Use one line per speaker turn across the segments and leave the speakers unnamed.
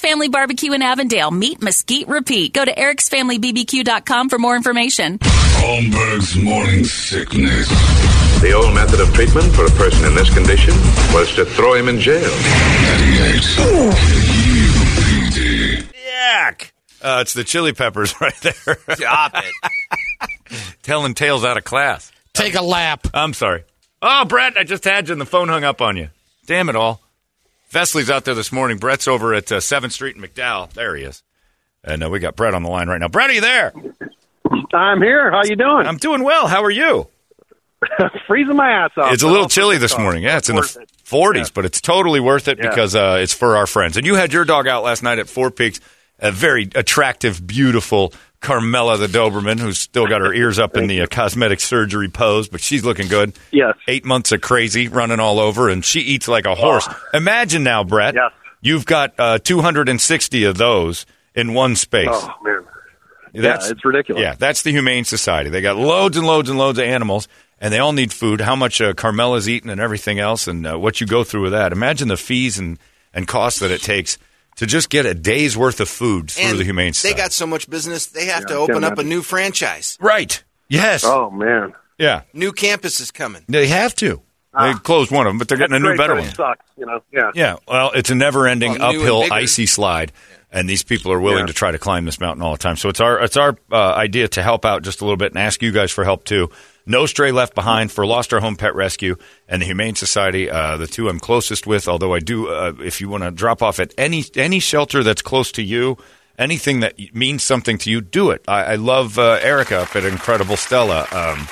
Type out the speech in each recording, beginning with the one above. Family Barbecue in Avondale. Meet Mesquite Repeat. Go to Eric'sFamilyBBQ.com for more information.
Holmberg's morning sickness.
The old method of treatment for a person in this condition was to throw him in jail.
98. KUPD.
Yuck.
Uh, it's the chili peppers right there.
Stop it.
Telling tales out of class.
Take a lap.
I'm sorry. Oh, Brett, I just had you and the phone hung up on you. Damn it all. Vesley's out there this morning. Brett's over at uh, 7th Street in McDowell. There he is. And uh, we got Brett on the line right now. Brett, are you there?
I'm here. How you doing?
I'm doing well. How are you?
freezing my ass off. Oh,
It's a little chilly this morning. Yeah, it's in the
Worth it.
40s, but it's totally worth it
Yeah.
because uh, it's for our friends. And you had your dog out last night at Four Peaks, a very attractive, beautiful Carmela the Doberman, who's still got her ears up in the uh, cosmetic surgery pose, but she's looking good.
Yes. Ah.
Eight months of crazy running all over, and she eats like a horse. Imagine now, Brett.
Yes.
You've got uh, 260 of those in one space.
Oh man, yeah, it's ridiculous.
Yeah, that's the Humane Society. They got loads and loads and loads of animals, and they all need food. How much uh, Carmela's eating and everything else, and uh, what you go through with that. Imagine the fees and, and costs that it takes to just get a day's worth of food through
And
the Humane
they
Society.
got so much business, they have to
Yeah,
open
can't
up a
imagine.
new franchise.
right. Yes.
Oh man,
Yeah.
New campus is coming.
They have to. they closed one of them, but they're getting a
Ah. That's
new
great,
better
but
one.
it Sucks, you know. Yeah.
Yeah, well, it's a never-ending
Well, new and
uphill,
bigger.
icy slide, and these people are willing
Yeah.
to try to climb this mountain all the time. So it's our it's our uh, idea to help out just a little bit and ask you guys for help too. No stray left behind for Lost Our Home Pet Rescue and the Humane Society, uh, the two I'm closest with. Although I do, uh, if you want to drop off at any any shelter that's close to you, anything that means something to you, do it. I, I love uh, Erica up at Incredible Stella. Um,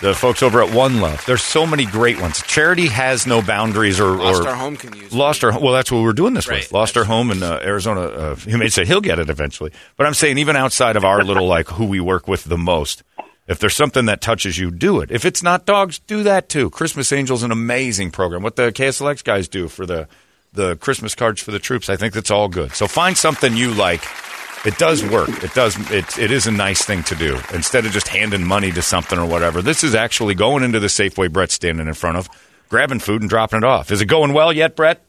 the folks over at One Love. There's so many great ones. Charity has no boundaries or
Lost
or
our home can use.
lost our well that's what we're doing this with
Right,
lost our home in uh, arizona uh, he may say he'll get it eventually but i'm saying even outside of our little like who we work with the most if there's something that touches you do it if it's not dogs do that too christmas angels an amazing program what the kslx guys do for the the christmas cards for the troops i think that's all good so find something you like it does work. It does. It, it is a nice thing to do instead of just handing money to something or whatever. This is actually going into the Safeway Brett's standing in front of, grabbing food and dropping it off. Is it going well yet, Brett?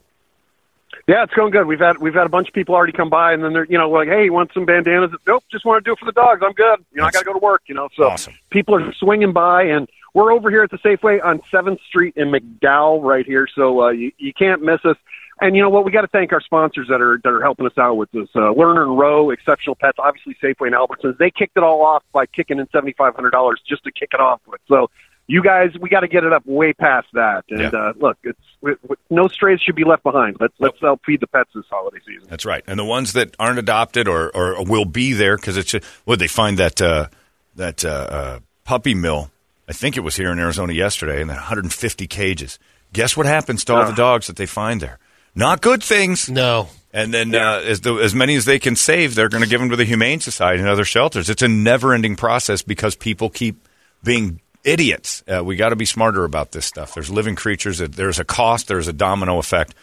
Yeah, it's going good. We've had we've had a bunch of people already come by, and then they're you know like, hey, you want some bandanas? Nope, just want to do it for the dogs. I'm good. You know, I
That's
got to go to work. You know, so
awesome.
people are swinging by, and we're over here at the Safeway on Seventh Street in McDowell, right here. So uh, you you can't miss us. And you know what? We got to thank our sponsors that are that are helping us out with this. Uh, Lerner and Rowe, Exceptional Pets, obviously Safeway and Albertsons. They kicked it all off by kicking in seventy five hundred dollars just to kick it off with. So you guys, we got to get it up way past that. And
Yeah.
uh, look, it's w w no strays should be left behind. Let's let's help feed the pets this holiday season.
That's right. And the ones that aren't adopted or, or will be there because it's would they find that uh, that uh, uh, puppy mill? I think it was here in Arizona yesterday, and then 150 cages. Guess what happens to all the dogs that they find there? Not good things.
No.
And then uh, as, the, as many as they can save, they're going to give them to the Humane Society and other shelters. It's a never ending process because people keep being idiots. Uh, we got to be smarter about this stuff. There's living creatures. That there's a cost. There's a domino effect,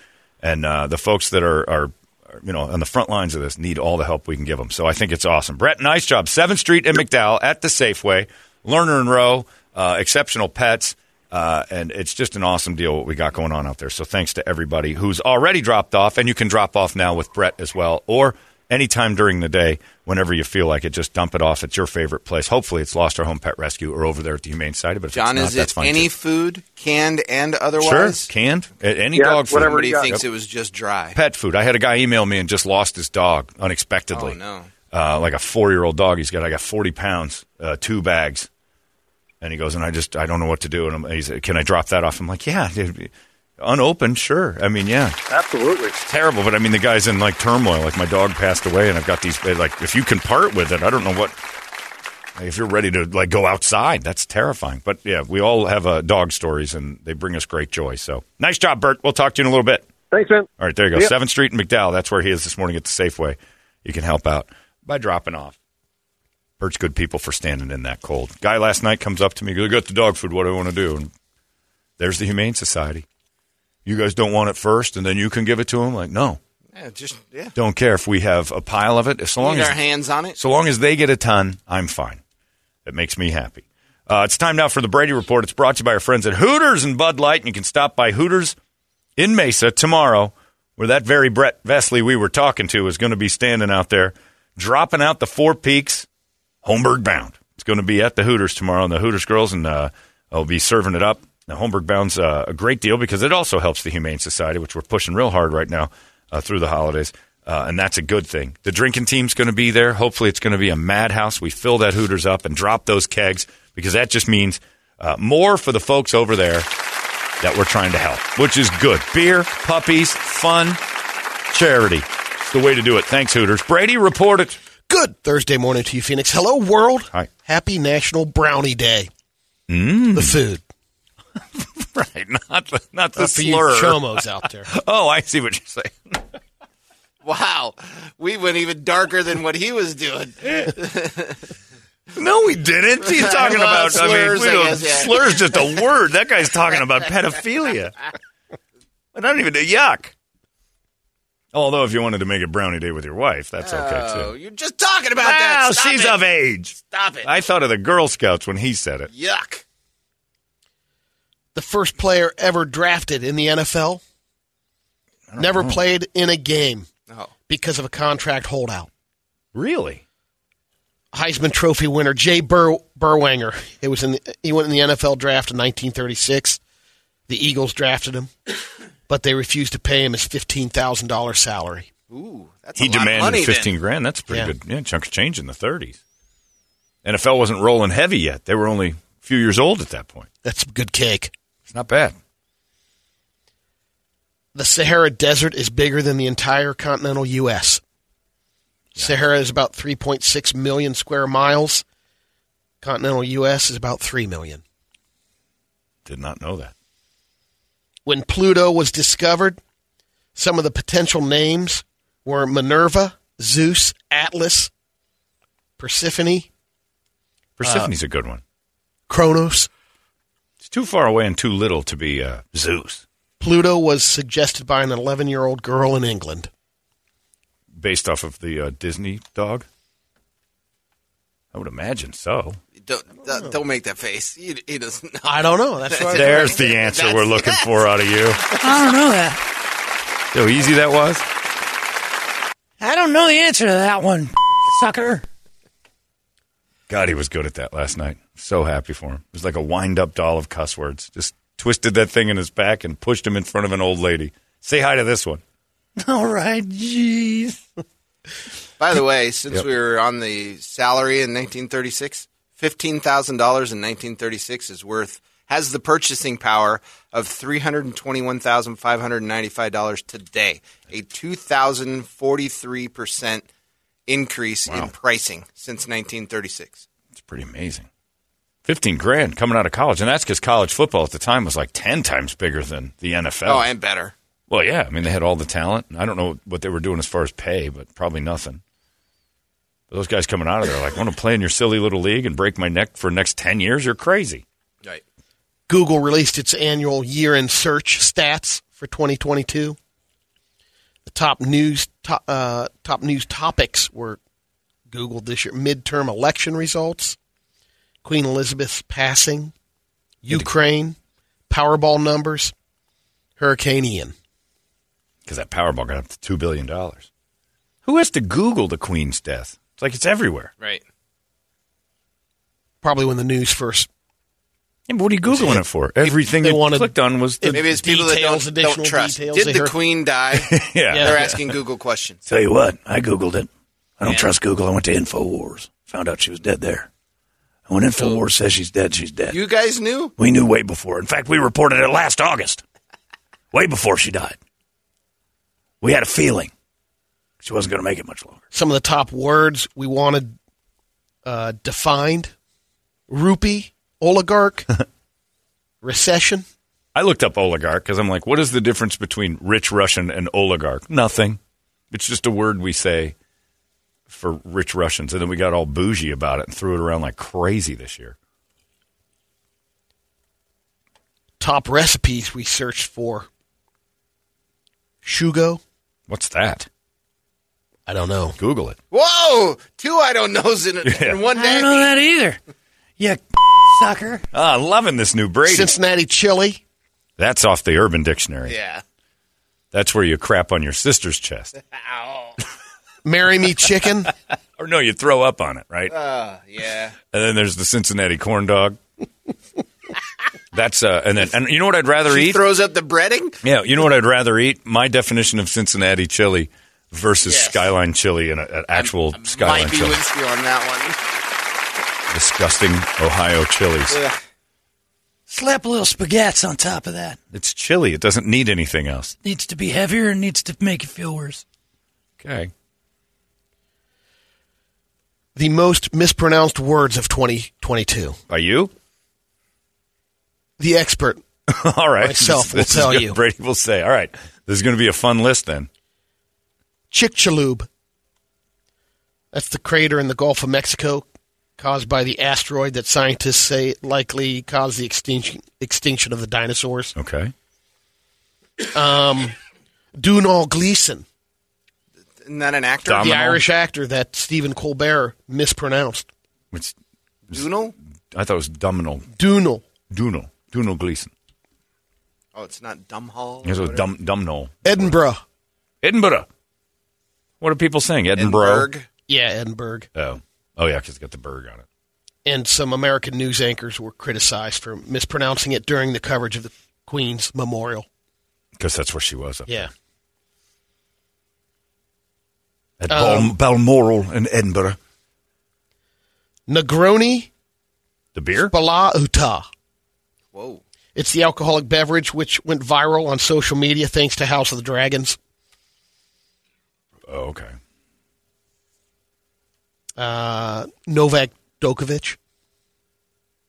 and uh, the folks that are, are are, you know on the front lines of this need all the help we can give them. So I think it's awesome. Brett, nice job. Seventh Street in McDowell at the Safeway, Lerner and Row, uh, exceptional pets. Uh, and it's just an awesome deal what we got going on out there. So thanks to everybody who's already dropped off, and you can drop off now with Brett as well, or anytime during the day, whenever you feel like it, just dump it off at your favorite place. Hopefully, it's Lost Our Home Pet Rescue or over there at the Humane Society. But if it's
John,
not,
is
that's
it
fine
any
too.
food, canned and otherwise?
Sure, canned A- any
Yeah,
dog food.
whatever
Everybody
Yeah.
thinks it was just dry.
Pet food. I had a guy email me and just lost his dog unexpectedly.
Oh, no.
Uh, like a four-year-old dog. He's got I got forty pounds, uh, two bags, and he goes and I just I don't know what to do. And I'm, he's, can I drop that off? I'm like, yeah, dude, unopened, sure. I mean, yeah,
Absolutely.
terrible. But I mean, the guy's in like turmoil. Like my dog passed away, and I've got these. eh, Like if you can part with it, I don't know what. Like, if you're ready to like go outside, that's terrifying. But yeah, we all have uh, dog stories, and they bring us great joy. So nice job, Bert. We'll talk to you in a little bit.
Thanks, man.
All right, there you go.
Yep.
Seventh Street in McDowell. That's where he is this morning at the Safeway. You can help out by dropping off. Bert's good people for standing in that cold. Guy last night comes up to me, goes, I got the dog food, what do I want to do? And there's the Humane Society. You guys don't want it first, and then you can give it to him? Like, no,
Yeah, just yeah.
don't care if we have a pile of it. As long
Get
as
our hands on it.
so long as they get a ton, I'm fine. That makes me happy. Uh, it's time now for the Brady Report. It's brought to you by our friends at Hooters and Bud Light, and you can stop by Hooters in Mesa tomorrow, where that very Brett Vesley we were talking to is going to be standing out there, dropping out the Four Peaks Homburg Bound. It's going to be at the Hooters tomorrow, and the Hooters girls and uh, will be serving it up. Now, Homburg Bound's uh, a great deal because it also helps the Humane Society, which we're pushing real hard right now uh, through the holidays, uh, and that's a good thing. The drinking team's going to be there. Hopefully, it's going to be a madhouse. We fill that Hooters up and drop those kegs because that just means uh, more for the folks over there that we're trying to help, which is good. Beer, puppies, fun, charity. It's the way to do it. Thanks, Hooters. Brady, report it.
Good Thursday morning to you, Phoenix. Hello, world.
Hi.
Happy National Brownie Day. The food.
Right, not the, not the
A few
slur.
chomos out there.
Oh, I see what you're saying.
Wow, we went even darker than what he was doing.
No, we didn't. He's talking
Well,
about I mean,
slurs, I
we don't-
guess, yeah.
slurs just a word. That guy's talking about pedophilia. I don't even know. Yuck. Although, if you wanted to make a brownie day with your wife, that's okay
Oh,
too.
you're just talking about
Wow,
that. Stop
she's
it.
of age.
Stop it.
I thought of the Girl Scouts when he said it.
Yuck.
The first player ever drafted in the NFL never played in a game
No.
because of a contract holdout.
Really?
Heisman Trophy winner Jay Bur- Burwanger. It was in the, he went in the NFL draft in 1936. The Eagles drafted him, but they refused to pay him his fifteen thousand dollars salary.
Ooh, that's
he
a lot of
demanded
money, then.
fifteen grand. That's a pretty
Yeah.
good yeah, chunk of change in the thirties. NFL wasn't rolling heavy yet; they were only a few years old at that point.
That's good cake.
It's not bad.
the Sahara Desert is bigger than the entire continental U.S. Sahara is about 3.6 million square miles. Continental U.S. is about 3 million.
Did not know that.
When Pluto was discovered, some of the potential names were Minerva, Zeus, Atlas, Persephone,
Persephone's a good one.
Kronos.
It's too far away and too little to be uh, Zeus,
Pluto was suggested by an 11 year old girl in England.
based off of the uh, Disney dog. I would imagine so.
Don't,
Oh.
don't- don't make that face. He, he does not.
I don't know. That's what I-
There's the answer we're looking for out of you.
I don't know that.
See How easy that was.
I don't know the answer to that one, sucker.
God, he was good at that last night. So happy for him. It was like a wind up doll of cuss words. Just twisted that thing in his back and pushed him in front of an old lady. Say hi to this one.
All right, jeez.
By the way, since
Yep.
we were on the salary in 1936, fifteen thousand dollars in 1936 is worth has the purchasing power of three hundred twenty-one thousand five hundred ninety-five dollars today, a two thousand forty-three percent increase in pricing since 1936.
It's pretty amazing. 15 grand coming out of college. And that's because college football at the time was like 10 times bigger than the NFL.
Oh, and better.
Well, yeah. I mean, they had all the talent. I don't know what they were doing as far as pay, but probably nothing. But those guys coming out of there, like, I want to play in your silly little league and break my neck for the next 10 years? You're crazy.
Google released its annual year in search stats for 2022. The top news top, uh, top news topics were Googled this year: midterm election results, Queen Elizabeth's passing, Ukraine, Powerball numbers, Hurricane Ian.
Because that Powerball got up to $2 billion. Who has to Google the Queen's death? It's like it's everywhere.
Right.
Probably when the news first.
Yeah, but what are you googling it for? Everything
they
you
wanted-
clicked on was the
Maybe it's people that
Details,
don't,
additional
don't trust.
details they
Did the
heard.
queen die?
Yeah.
They're
Yeah.
asking Google questions.
Tell you what, I Googled it. I don't
Yeah.
trust Google. I went to InfoWars. Found out she was dead there. And when InfoWars says she's dead, she's dead.
You guys knew?
we knew way before. In fact, we reported it last August, way before she died. We had a feeling she wasn't going to make it much longer.
Some of the top words we wanted uh, defined: rupee, oligarch, recession.
I looked up oligarch because I'm like, what is the difference between rich Russian and oligarch? Nothing. It's just a word we say for rich Russians. And then we got all bougie about it and threw it around like crazy this year.
top recipes we searched for. Shugo?
What's that?
I don't know.
Google it.
Whoa! Two I don't knows in,
Yeah.
in one
I
day.
don't know that either. You sucker.
Ah, loving this new Brady.
Cincinnati chili.
That's off the Urban Dictionary.
Yeah.
That's where you crap on your sister's chest.
Oh,
Marry me chicken.
Or no, you throw up on it, right?
Uh, yeah.
and then there's the Cincinnati corn dog. That's uh, and then and you know what I'd rather
She
eat?
throws up the breading?
Yeah, you know what I'd rather eat? My definition of Cincinnati chili versus
Yes.
skyline chili and an actual skyline
Might be
chili.
with you on that
Disgusting Ohio chilies.
one. Ugh.
Slap a little spaghettis on top of that.
It's chili. It doesn't need anything else.
Needs to be heavier and needs to make you feel worse.
Okay.
the most mispronounced words of 2022.
Are you?
The expert.
All right.
Myself will
This is
tell
good.
you.
Brady will say, all right, this is going to be a fun list then.
Chicxulub. That's the crater in the Gulf of Mexico caused by the asteroid that scientists say likely caused the extinction, extinction of the dinosaurs.
Okay.
Um, Dunal Gleason.
Isn't that an actor?
Dom-
the
Domhnall?
Irish actor that Stephen Colbert mispronounced.
Which
Dunal?
I thought it was Domino.
Dunal.
Dunal. Dunal Gleason.
Oh, it's not Dumhall.
Here's a Dum Dumnall.
Edinburgh.
Edinburgh. What are people saying? Edinburgh.
Edinburgh.
Yeah, Edinburgh.
Oh. Oh, yeah, because it's got the Berg on it.
And some American news anchors were criticized for mispronouncing it during the coverage of the Queen's memorial.
Because that's where she was. Up
Yeah.
At
Um,
Bal- Balmoral in Edinburgh.
Negroni
The beer?
Balauta.
Whoa.
It's the alcoholic beverage which went viral on social media thanks to House of the Dragons.
Oh, okay.
Uh, Novak Djokovic,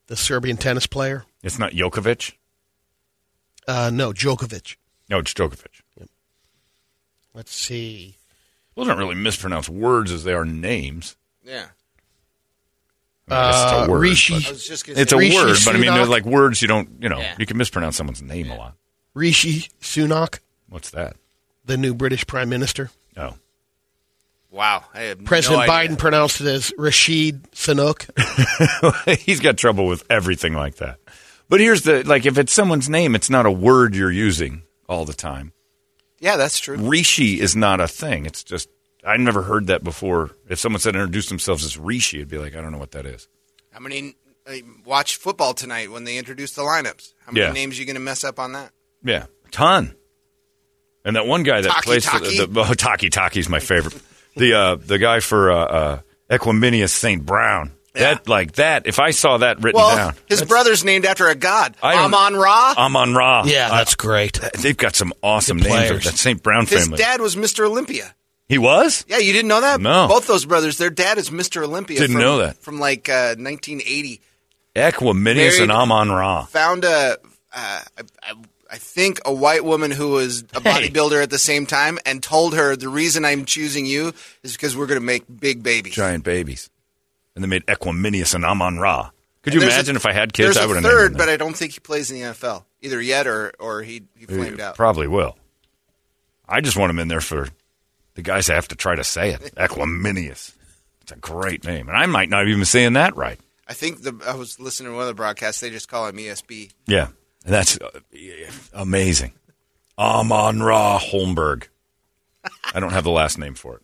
the Serbian tennis player.
It's not Jokovic.
Uh, no, Djokovic.
No, it's Djokovic.
Let's see.
Those don't really mispronounce words as they are names.
Yeah.
I guess
Uh, Rishi-
but-
I was just going to
it's
say.
a
Rishi
word, but I mean, they're
Sunak.
like words you don't, you know,
Yeah.
you can mispronounce someone's name a lot.
Rishi Sunak,
What's that?
the new British prime minister.
Oh.
wow. I have
President
no idea.
Biden pronounced it as Rashid Sanuk.
He's got trouble with everything like that. But here's the like, if it's someone's name, it's not a word you're using all the time.
Yeah, that's true.
Rishi is not a thing. It's just, I never heard that before. If someone said introduce themselves as Rishi, it'd be like, I don't know what that is.
How many I watch football tonight when they introduce the lineups? How many
Yeah.
names you going to mess up on that?
Yeah, ton. And that one guy that
Taki
plays for
Taki?
the, the oh, Taki Taki's my favorite. the uh, the guy for uh, uh, Equiminius Saint Brown. That like that. If I saw that written
Well,
down,
his brother's named after a god.
I don't-
Amon Ra.
Amon Ra. I-
great.
they've got some awesome
Good
names.
players.
That Saint Brown
his
family.
dad was Mr. Olympia.
he was.
Yeah, you didn't know that?
No.
Both those brothers, their dad is Mr. Olympia.
Didn't
from-
know that.
From like uh, 1980.
Equiminius and
Married-
Amon Ra.
Found a. Uh, I, I, I think a white woman who was a
Hey.
bodybuilder at the same time and told her the reason I'm choosing you is because we're going to make big babies.
Giant babies. And they made Equiminius and Amon Ra. Could you
And there's a-
imagine if I had kids?
There's
I would
a
have
third,
named
but I don't think he plays in the NFL either yet, or or he he
them.
flamed
Uh,
out.
Probably will. I just want him in there for the guys that have to try to say it. Equiminius. It's a great name. And I might not even be saying that right.
I think the I was listening to one of the broadcasts. They just call him E ESB.
Yeah. And that's uh, yeah, amazing. Amon Ra Holmberg. I don't have the last name for it.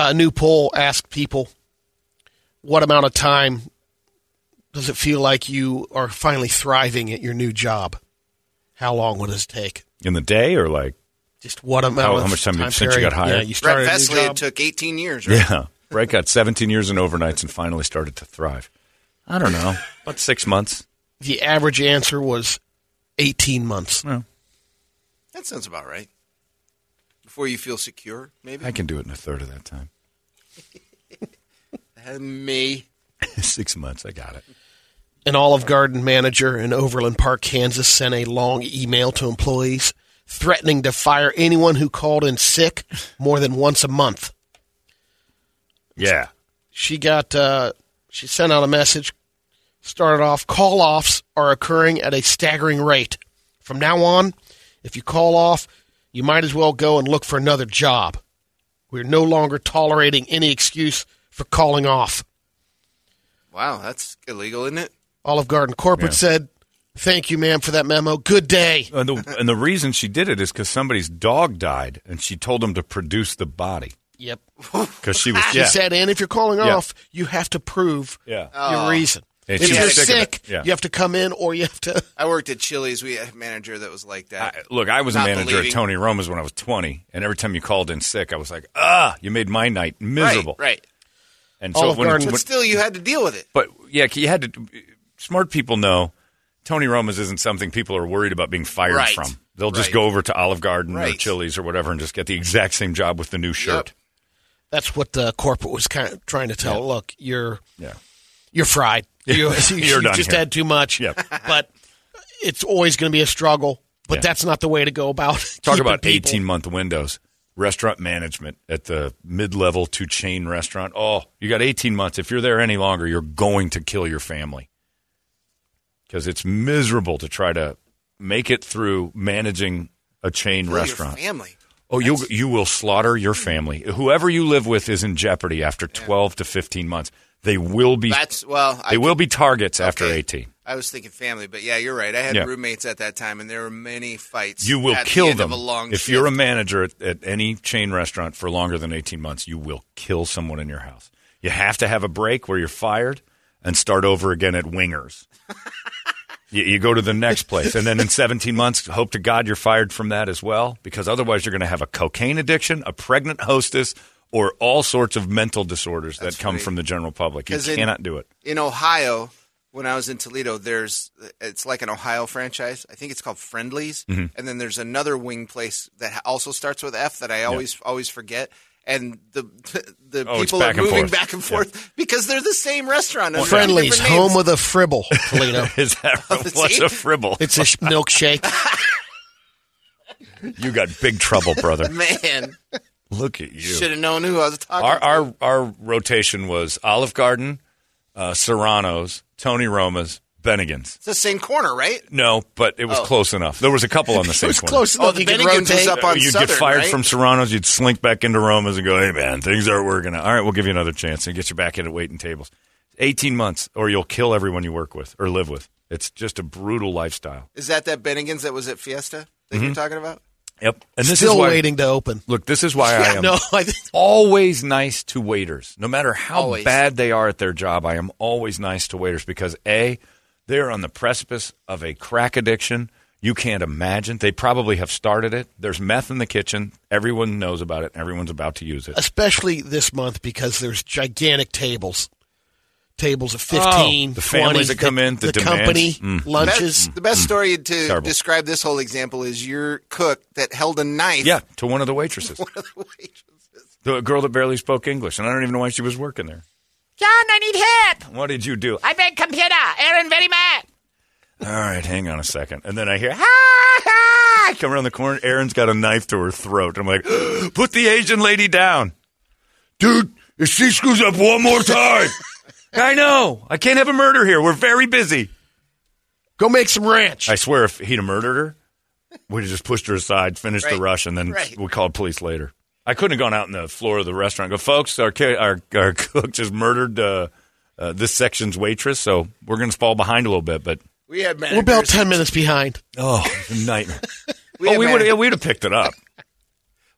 A new poll asked people what amount of time does it feel like you are finally thriving at your new job? How long would this take?
In the day or like
Just what amount
How-
of
how much time since you
period?
got hired?
Yeah, you started
Brett
a new
Festley,
job.
it took 18 years. Right?
Yeah. Brett got 17 years in overnights and finally started to thrive. I don't know. About six months.
The average answer was 18 months.
That sounds about right. Before you feel secure, maybe
I can do it in a third of that time.
Uh, me.
six months. I got it.
An Olive Garden manager in Overland Park, Kansas, sent a long email to employees threatening to fire anyone who called in sick more than once a month.
Yeah.
She got, uh, she sent out a message, started off call offs are occurring at a staggering rate. From now on, if you call off, you might as well go and look for another job. We're no longer tolerating any excuse for calling off.
Wow, that's illegal, isn't it?
Olive Garden corporate
Yeah.
said, Thank you, ma'am, for that memo. Good day.
And the, and the reason she did it is because somebody's dog died and she told him to produce the body.
Yep.
Because she was.
She
Yeah.
said, and if you're calling
Yeah.
off, you have to prove
Yeah.
your reason.
And
if
she
you're
was sick of it.
sick,
Yeah.
you have to come in or you have to.
I worked at Chili's. We had a manager that was like that.
Look, I was
Not
a manager
believing.
at Tony Roma's when I was 20, and every time you called in sick, I was like, ah, you made my night miserable.
Right.
And so
Olive
when,
Garden.
when-
But still, you had to deal with it.
But yeah, you had to. Smart people know Tony Roma's isn't something people are worried about being fired
Right.
from. They'll just
Right.
go over to Olive Garden or
Right.
Chili's or whatever and just get the exact same job with the new shirt.
That's what the corporate was kind of trying to tell. Look, you're
Yeah.
you're fried. You,
Yeah.
you
You're done
just
here.
had too much. But it's always going to be a struggle. But
Yeah.
that's not the way to go about.
Talk
keeping
about
people.
eighteen month windows. Restaurant management at the mid level to chain restaurant. Oh, you got eighteen months. If you're there any longer, you're going to kill your family because it's miserable to try to make it through managing a chain
Kill your
restaurant.
family.
Oh, you you will slaughter your family. Whoever you live with is in jeopardy after twelve to fifteen months. They will be.
That's well.
they
I,
will be targets after eighteen.
I was thinking family, but yeah, you're right. I had
Yeah.
roommates at that time, and there were many fights.
You will
at the
kill
end
them
Of a long
if you're a manager at, at any chain restaurant for longer than eighteen months. You will kill someone in your house. You have to have a break where you're fired and start over again at Wingers. you, you go to the next place, and then in seventeen months, hope to God you're fired from that as well, because otherwise you're going to have a cocaine addiction, a pregnant hostess, or all sorts of mental disorders that come
right.
from the general public. You
'Cause in-
cannot do it.
in Ohio. When I was in Toledo, there's it's like an Ohio franchise. I think it's called Friendlies,
Mhm.
and then there's another wing place that also starts with F that I always always forget. And the the
Oh, it's
people
back
are
and
moving
forth.
back and forth because they're the same restaurant. under
Friendlies,
different names.
home of the fribble, Toledo.
Is that
Oh,
what's a fribble?
It's a sh- milkshake.
You got big trouble, brother.
Man,
Look at you.
should have known who I was talking.
our,
to.
our our rotation was Olive Garden, uh, Serrano's, Tony Roma's, Bennigan's.
It's the same corner, right?
No, but it was
Oh.
close enough. There was a couple on the same.
was
corner.
close enough. Oh, the You could Bennigan's is rotate. up on
You'd
Southern,
get fired
right?
from Serrano's. You'd slink back into Roma's and go, "Hey man, things aren't working out. All right, we'll give you another chance and get you back in at waiting tables. Eighteen months, or you'll kill everyone you work with or live with. It's just a brutal lifestyle.
Is that that Bennigan's that was at Fiesta that you're
Mhm.
talking about?
Yep. And this
Still
is why,
waiting to open.
Look, this is why I
Yeah,
am
no, I
always nice to waiters, no matter how
Always.
bad they are at their job. I am always nice to waiters because a they are on the precipice of a crack addiction you can't imagine. They probably have started it. There's meth in the kitchen. Everyone knows about it. Everyone's about to use it.
especially this month because there's gigantic tables. Tables of 15,
Oh, the families
20,
that come in, the demands.
company,
Mm.
lunches.
The best story to
Terrible.
describe this whole example is your cook that held a knife.
Yeah, to one of the waitresses. The girl that barely spoke English, and I don't even know why she was working there.
John, I need help.
What did you do?
I beg computer. Aaron, very mad.
All right, hang on a second. And then I hear,
Ha ha!
I come around the corner. Erin's got a knife to her throat. I'm like, put the Asian lady down. Dude, if she screws up one more time. I know. I can't have a murder here. We're very busy.
Go make some ranch.
I swear, if he'd have murdered her, we'd have just pushed her aside, finished the
Right.
rush, and then
Right.
we called police later. I couldn't have gone out on the floor of the restaurant and go, folks, our, ki- our, our cook just murdered uh, uh, this section's waitress, so we're going to fall behind a little bit, but
We had
We're about 10 minutes behind.
Oh, nightmare.
We
oh,
had
we
manag-
would have we'd have picked it up.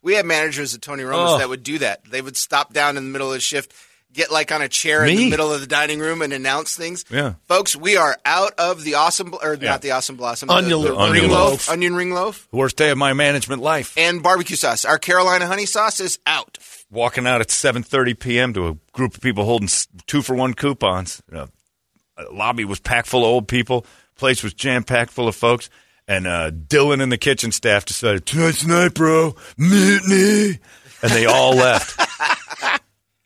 We had managers at Tony Romo's
Oh.
that would do that. They would stop down in the middle of the shift, get like on a chair in
Me?
the middle of the dining room, and announce things.
Yeah.
Folks, we are out of the awesome, bl- or not the awesome blossom, the-
Onion-
the,
onion
ring
loaf.
loaf, onion ring loaf,
Worst day of my management life.
and barbecue sauce. Our Carolina honey sauce is out.
Walking out at 7:30 p.m. to a group of people holding two for one coupons. You know, uh, lobby was packed full of old people. Place was jam packed full of folks. And uh, Dylan and the kitchen staff decided tonight's the night, bro, mutiny, and they all left.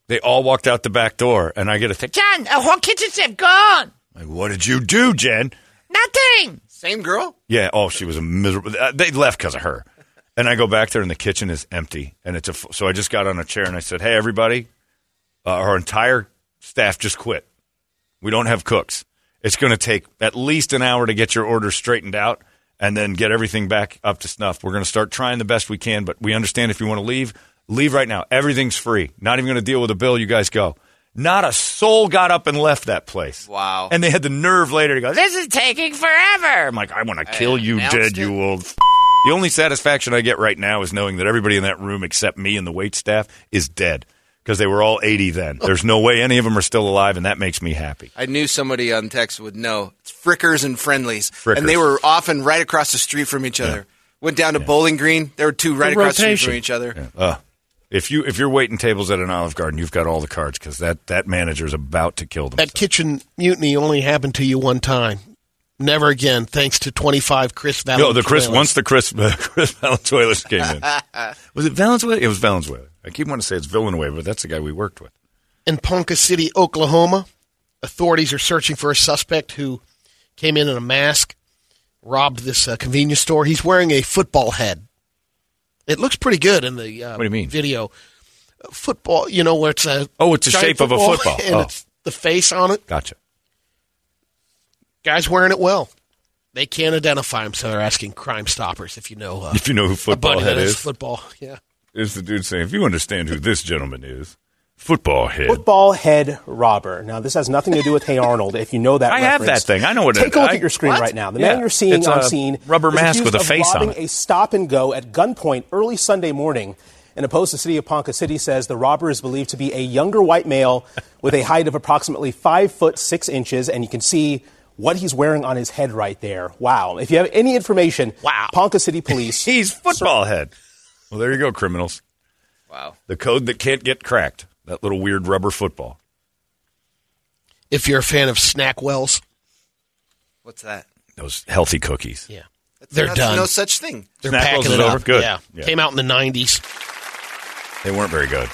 they all walked out the back door, and I get a text.
John, a whole kitchen chef gone.
Like, what did you do, Jen?
Nothing.
Same girl?
Yeah. Oh, she was a miserable. uh, They left because of her. And I go back there, and the kitchen is empty. And it's a. f- So I just got on a chair and I said, "Hey, everybody, uh, our entire staff just quit. We don't have cooks. It's going to take at least an hour to get your order straightened out." And then get everything back up to snuff. We're going to start trying the best we can, but we understand if you want to leave, leave right now. Everything's free. Not even going to deal with a bill. You guys go. Not a soul got up and left that place. Wow. And they had the nerve later to go, this is taking forever. I'm like, I want to kill you
announced
dead,
it.
you old. F-. The only satisfaction I get right now is knowing that everybody in that room except me and the wait staff is dead because they were all 80 then. There's no way any of them are still alive, and that makes me happy.
I knew somebody on text would know. It's Frickers and Friendlies.
Frickers.
And they were often right across the street from each other. Went down to Bowling Green. There were two right
The
across the street
rotation.
from each other.
Uh, if you if you're waiting tables at an Olive Garden, you've got all the cards because that that manager's about to kill them.
That kitchen mutiny only happened to you one time. Never again, thanks to 25 Chris
No,
Valenzuela.
the Chris once the Chris Chris Valenzuela came in. Was it Valenzuela? It was Valenzuela. I keep wanting to say it's Villanueva, but that's the guy we worked with.
In Ponca City, Oklahoma, authorities are searching for a suspect who came in in a mask, robbed this uh, convenience store. He's wearing a football head. It looks pretty good in the uh,
What do you mean?
video. Uh, Football, you know, where it's a
Oh, it's the
giant
shape of a football.
and
Oh.
it's the face on it.
Gotcha.
Guy's wearing it well. They can't identify him, so they're asking Crime Stoppers if you know. Uh,
If you know who
a
Football
buddy
Head
that has
is.
Football, yeah.
Is the dude saying, if you understand who this gentleman is, football head.
Football head robber. Now, this has nothing to do with Hey Arnold. If you know that,
I have
reference.
that thing. I know what it
Take a look
I-
at your screen
What?
right now. The
Yeah.
man you're seeing
It's
on
a
scene
rubber
is
mask
accused
with a
of
face on
robbing
it.
A stop and go at gunpoint early Sunday morning. An opposed to City of Ponca City says the robber is believed to be a younger white male with a height of approximately five foot six inches, and you can see. What he's wearing on his head right there. Wow. If you have any information, wow. Ponca City Police.
he's football head. Well, there you go, criminals.
Wow.
The code that can't get cracked. That little weird rubber football.
If you're a fan of Snack Wells,
What's that?
Those healthy cookies.
Yeah. they're
That's
done.
No such thing.
They're
Snack Wells
packing
is
it up.
over? Good.
Yeah.
Yeah.
Came out in the 90s.
They weren't very good.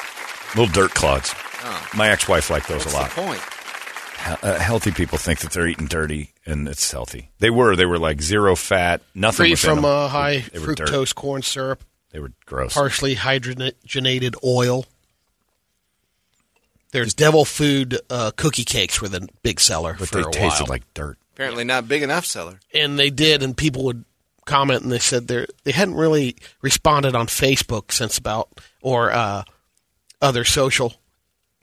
Little dirt clods.
Oh.
My ex-wife liked those
What's
a lot.
the point?
He- uh, healthy people think that they're eating dirty and it's healthy. They were. They were like zero fat, nothing.
Free
within
from
them.
uh, high
They were dirt.
fructose corn syrup,
They were gross.
partially hydrogenated oil. There's devil food uh, cookie cakes were the big seller
But
for
they
a
tasted
while.
like dirt.
Apparently not big enough seller.
and they did, and people would comment and they said they they hadn't really responded on Facebook since about or uh, other social.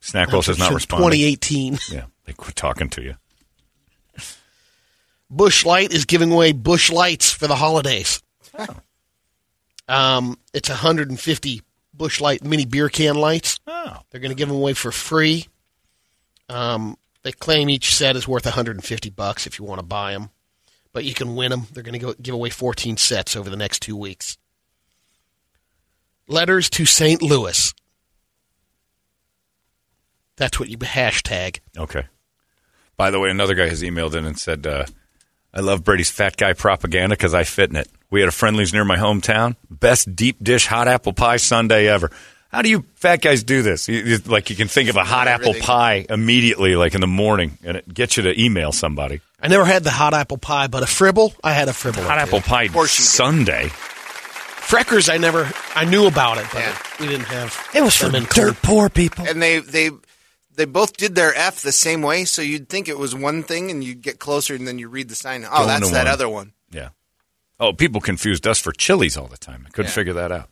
Snackwell says not
since
responding.
2018.
Yeah, they quit talking to you.
Bush Light is giving away Bush Lights for the holidays. Um, it's 150 Bush Light mini beer can lights.
Oh.
They're going to give them away for free. Um, they claim each set is worth 150 bucks if you want to buy them. but you can win them. They're going to go give away 14 sets over the next two weeks. Letters to St. Louis. That's what you hashtag.
Okay. By the way, another guy has emailed in and said, uh, I love Brady's fat guy propaganda because I fit in it. We had a friendlies near my hometown. Best deep dish hot apple pie Sunday ever. How do you fat guys do this? You- you- like you can think of a hot apple
Everything.
pie immediately, like in the morning, and it gets you to email somebody.
I never had the hot apple pie, but a fribble, I had a fribble.
Hot apple pie Sunday.
Freckers, I never, I knew about it, but we didn't have.
It was for
them in
dirt poor people.
And they they they both did their F the same way, so you'd think it was one thing, and you'd get closer, and then you read the sign. Oh,
Going
that's
to
that
one.
other one.
Yeah. Oh, people confused us for chilies all the time. I couldn't
Yeah.
figure that out.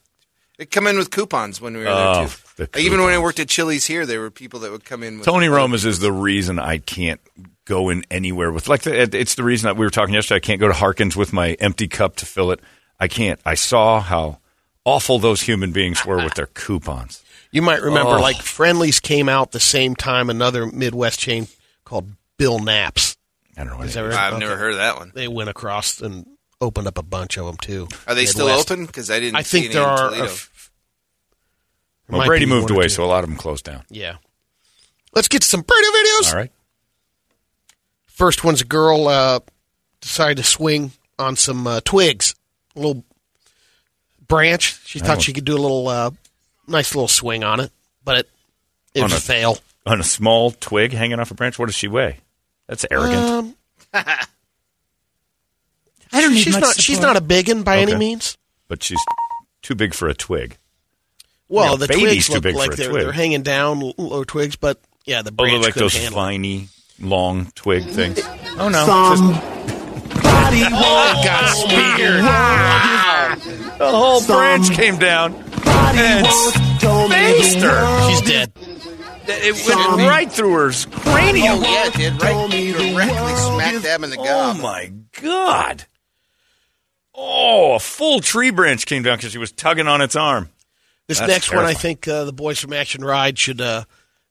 They come in with coupons when we were
Oh,
there too.
the
Like, even when I worked at Chili's here, there were people that would come in. with
Tony Roma's is the reason I can't go in anywhere with like the, it- it's the reason that we were talking yesterday. I can't go to Harkins with my empty cup to fill it. I can't. I saw how awful those human beings were with their coupons.
You might remember,
Oh.
like Friendlies came out the same time another Midwest chain called Bill Knapp's.
I don't know.
I've
I've never heard of that one.
They went across and opened up a bunch of them too.
Are they still
Midwest.
open? Because I didn't.
I think
see
there
any in
are. a
Toledo.
f-
Well,
might
Brady
be
moved
one or
away,
two.
so a lot of them closed down.
Yeah. Let's get some Brady videos.
All right.
First one's a girl uh, decided to swing on some uh, twigs, a little branch. She
That
thought
one-
she could do a little uh, nice little swing on it, but it it
On
was
a-
a fail.
On a small twig hanging off a branch. What does she weigh? That's arrogant.
Um,
I don't need
she's
much
not, She's
support.
not a biggin by any
Okay.
means.
but she's too big for a twig.
Well,
Yeah,
the
baby's
twigs
too
look
big
like
for a
they're,
twig.
they're hanging down l- low twigs, but yeah, the
Oh,
branch
they're like
couldn't
those
handle it.
viney, long twig things. Oh no!
Oh, God, speaker.
The whole branch came down and faced her.
She's dead.
It went right through her cranium.
Oh yeah, it did right directly smack dab in the
Oh
gob.
my god! Oh, a full tree branch came down because she was tugging on its arm.
This
That's
next one, I
terrifying.
think uh, the boys from Action Ride should uh,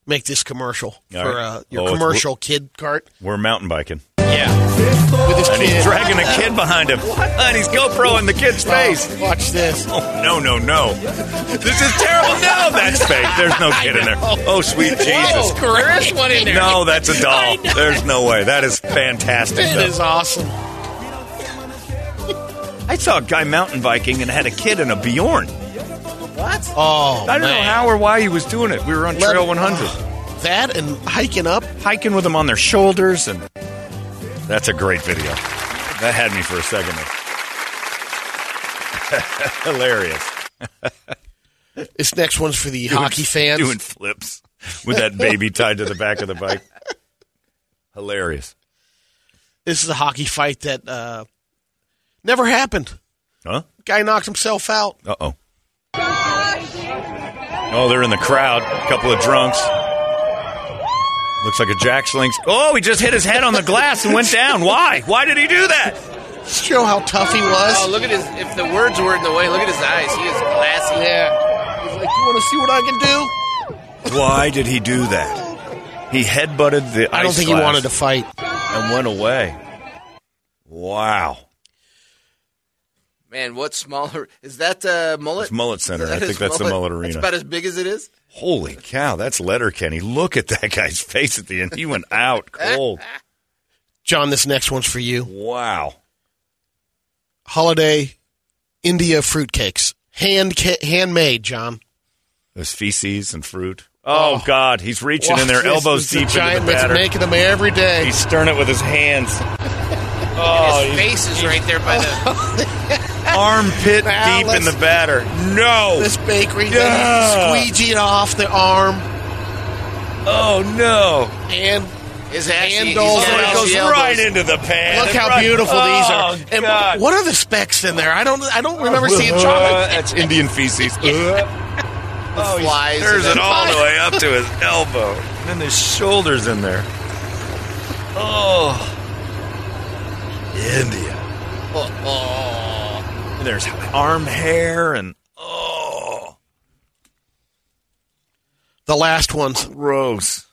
make this commercial
All
for
right.
uh, your
Oh, it's-
commercial kid cart.
We're mountain biking.
Yeah, with this
And
kid
he's dragging a kid behind him. And he's GoPro in the kid's face.
Watch this.
Oh, no, no, no. This is terrible. No, that's fake. There's no kid in there. Oh, sweet Jesus.
There's one in there.
No, that's a doll. There's no way. That is fantastic.
That
though.
is awesome.
I saw a guy mountain biking and had a kid in a Bjorn.
Oh,
I don't know
man.
how or why he was doing it. We were on
Let-
Trail 100,
That and hiking up.
hiking with him on their shoulders, and that's a great video. That had me for a second. there. Hilarious.
This next one's for the hockey fans.
doing flips with that baby tied to the back of the bike. Hilarious,
This is a hockey fight that uh, never happened.
huh?
Guy knocked himself out.
Uh oh. Oh, they're in the crowd. A couple of drunks. Looks like a jack slings. Oh, he just hit his head on the glass and went down. Why? Why did he do that?
Show how tough he was.
Oh, look at his. If the words were in the way, look at his eyes. He is glassy.
He's like, you want to see what I can do?
Why did he do that? He headbutted the.
I don't
ice
think he
glass
wanted to fight.
And went away. Wow.
Man, what smaller is that? Uh, mullet.
It's Mullet Center.
Is that
I think
his
that's the Mullet Arena.
That's about as big as it is.
Holy cow, that's letter Kenny. Look at that guy's face at the end. He went out cold.
John, this next one's for you.
Wow.
Holiday India fruitcakes. Hand ca- handmade, John.
Those feces and fruit. Oh, God, he's reaching in there,
Watch this.
elbows
This
deep
is a giant
into the
that's
batter.
making them every day.
He's stirring it with his hands.
Oh, his face is right there by the.
Armpit
Now
deep in
let's-
the batter. No.
This bakery
Yeah.
yeah. squeegeeing off the arm
oh, no.
and
His ashy,
Handle.
he's
Oh,
It
Yeah,
ashy
goes
elbows.
right into the pan.
look
It
how
right-
beautiful these
Oh,
are. And
God.
what are the specks in there? I don't I don't remember seeing
Uh,
chocolate. Oh,
That's Indian feces. Uh,
The flies.
There's
and
it
then-
all the way up to his elbow. And then his shoulders in there. Oh. India.
Oh,
And There's arm hair and oh,
The last one's
gross.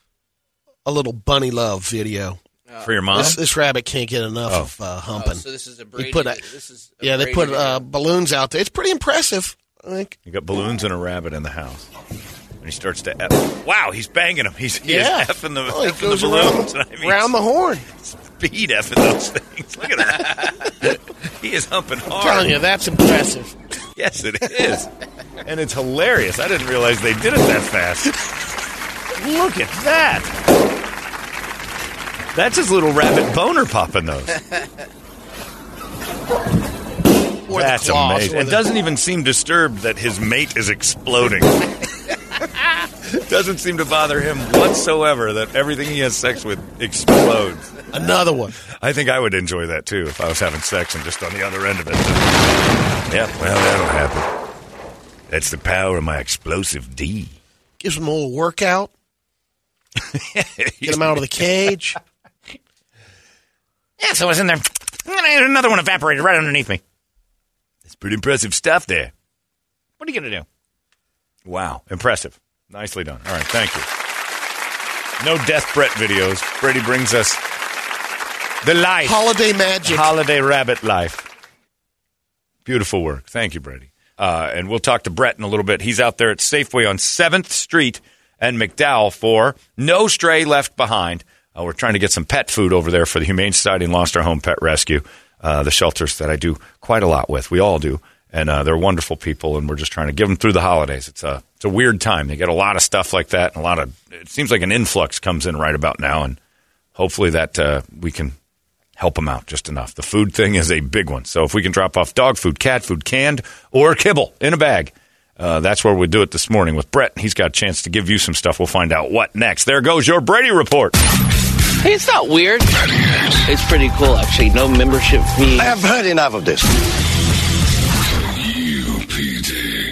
a little bunny love video.
for your mom.
This, this rabbit can't get enough
Oh.
of uh, humping.
Oh, so this is a
They
Brady-
put
this is a
yeah, they
Brady
put uh, balloons out there. It's pretty impressive. I think.
You got balloons and a rabbit in the house. And he starts to F. Wow, he's banging them. He's, he
Yeah.
is effing the,
Oh, he
effing
goes
the balloons. and I mean,
Round the horn.
speed effing those things. Look at that. he is humping hard.
I'm telling you, that's impressive.
Yes, it is. and it's hilarious. I didn't realize they did it that fast. Look at that. That's his little rabbit boner popping those.
Or the
That's
claws,
amazing.
or
And
the-
doesn't even seem disturbed that his mate is exploding. doesn't seem to bother him whatsoever that everything he has sex with explodes.
Another one.
I think I would enjoy that too if I was having sex and just on the other end of it. Yep, well, that'll happen. That's the power of my explosive D.
Gives them a little workout. Get them out of the cage.
Yeah, so I was in there. And Mm, I had another one evaporated right underneath me.
It's pretty impressive stuff there.
What are you going to do?
Wow. Impressive. Nicely done. All right. Thank you. No death threat videos. Brady brings us the life.
Holiday magic.
Holiday rabbit life. Beautiful work. Thank you, Brady. Uh, and we'll talk to Brett in a little bit. He's out there at Safeway on 7th Street and McDowell for No Stray Left Behind. Uh, we're trying to get some pet food over there for the Humane Society and Lost Our Home Pet Rescue, uh, the shelters that I do quite a lot with. We all do. And uh, they're wonderful people, and we're just trying to give them through the holidays. It's a, it's a weird time. They get a lot of stuff like that, and a lot of it seems like an influx comes in right about now, and hopefully that uh, we can help them out just enough. The food thing is a big one. So if we can drop off dog food, cat food, canned or kibble in a bag, uh, that's where we do it this morning with Brett. He's got a chance to give you some stuff. We'll find out what next. There goes your Brady report.
Hey, it's not weird. It's pretty cool, actually. No membership fee.
I have heard enough of this.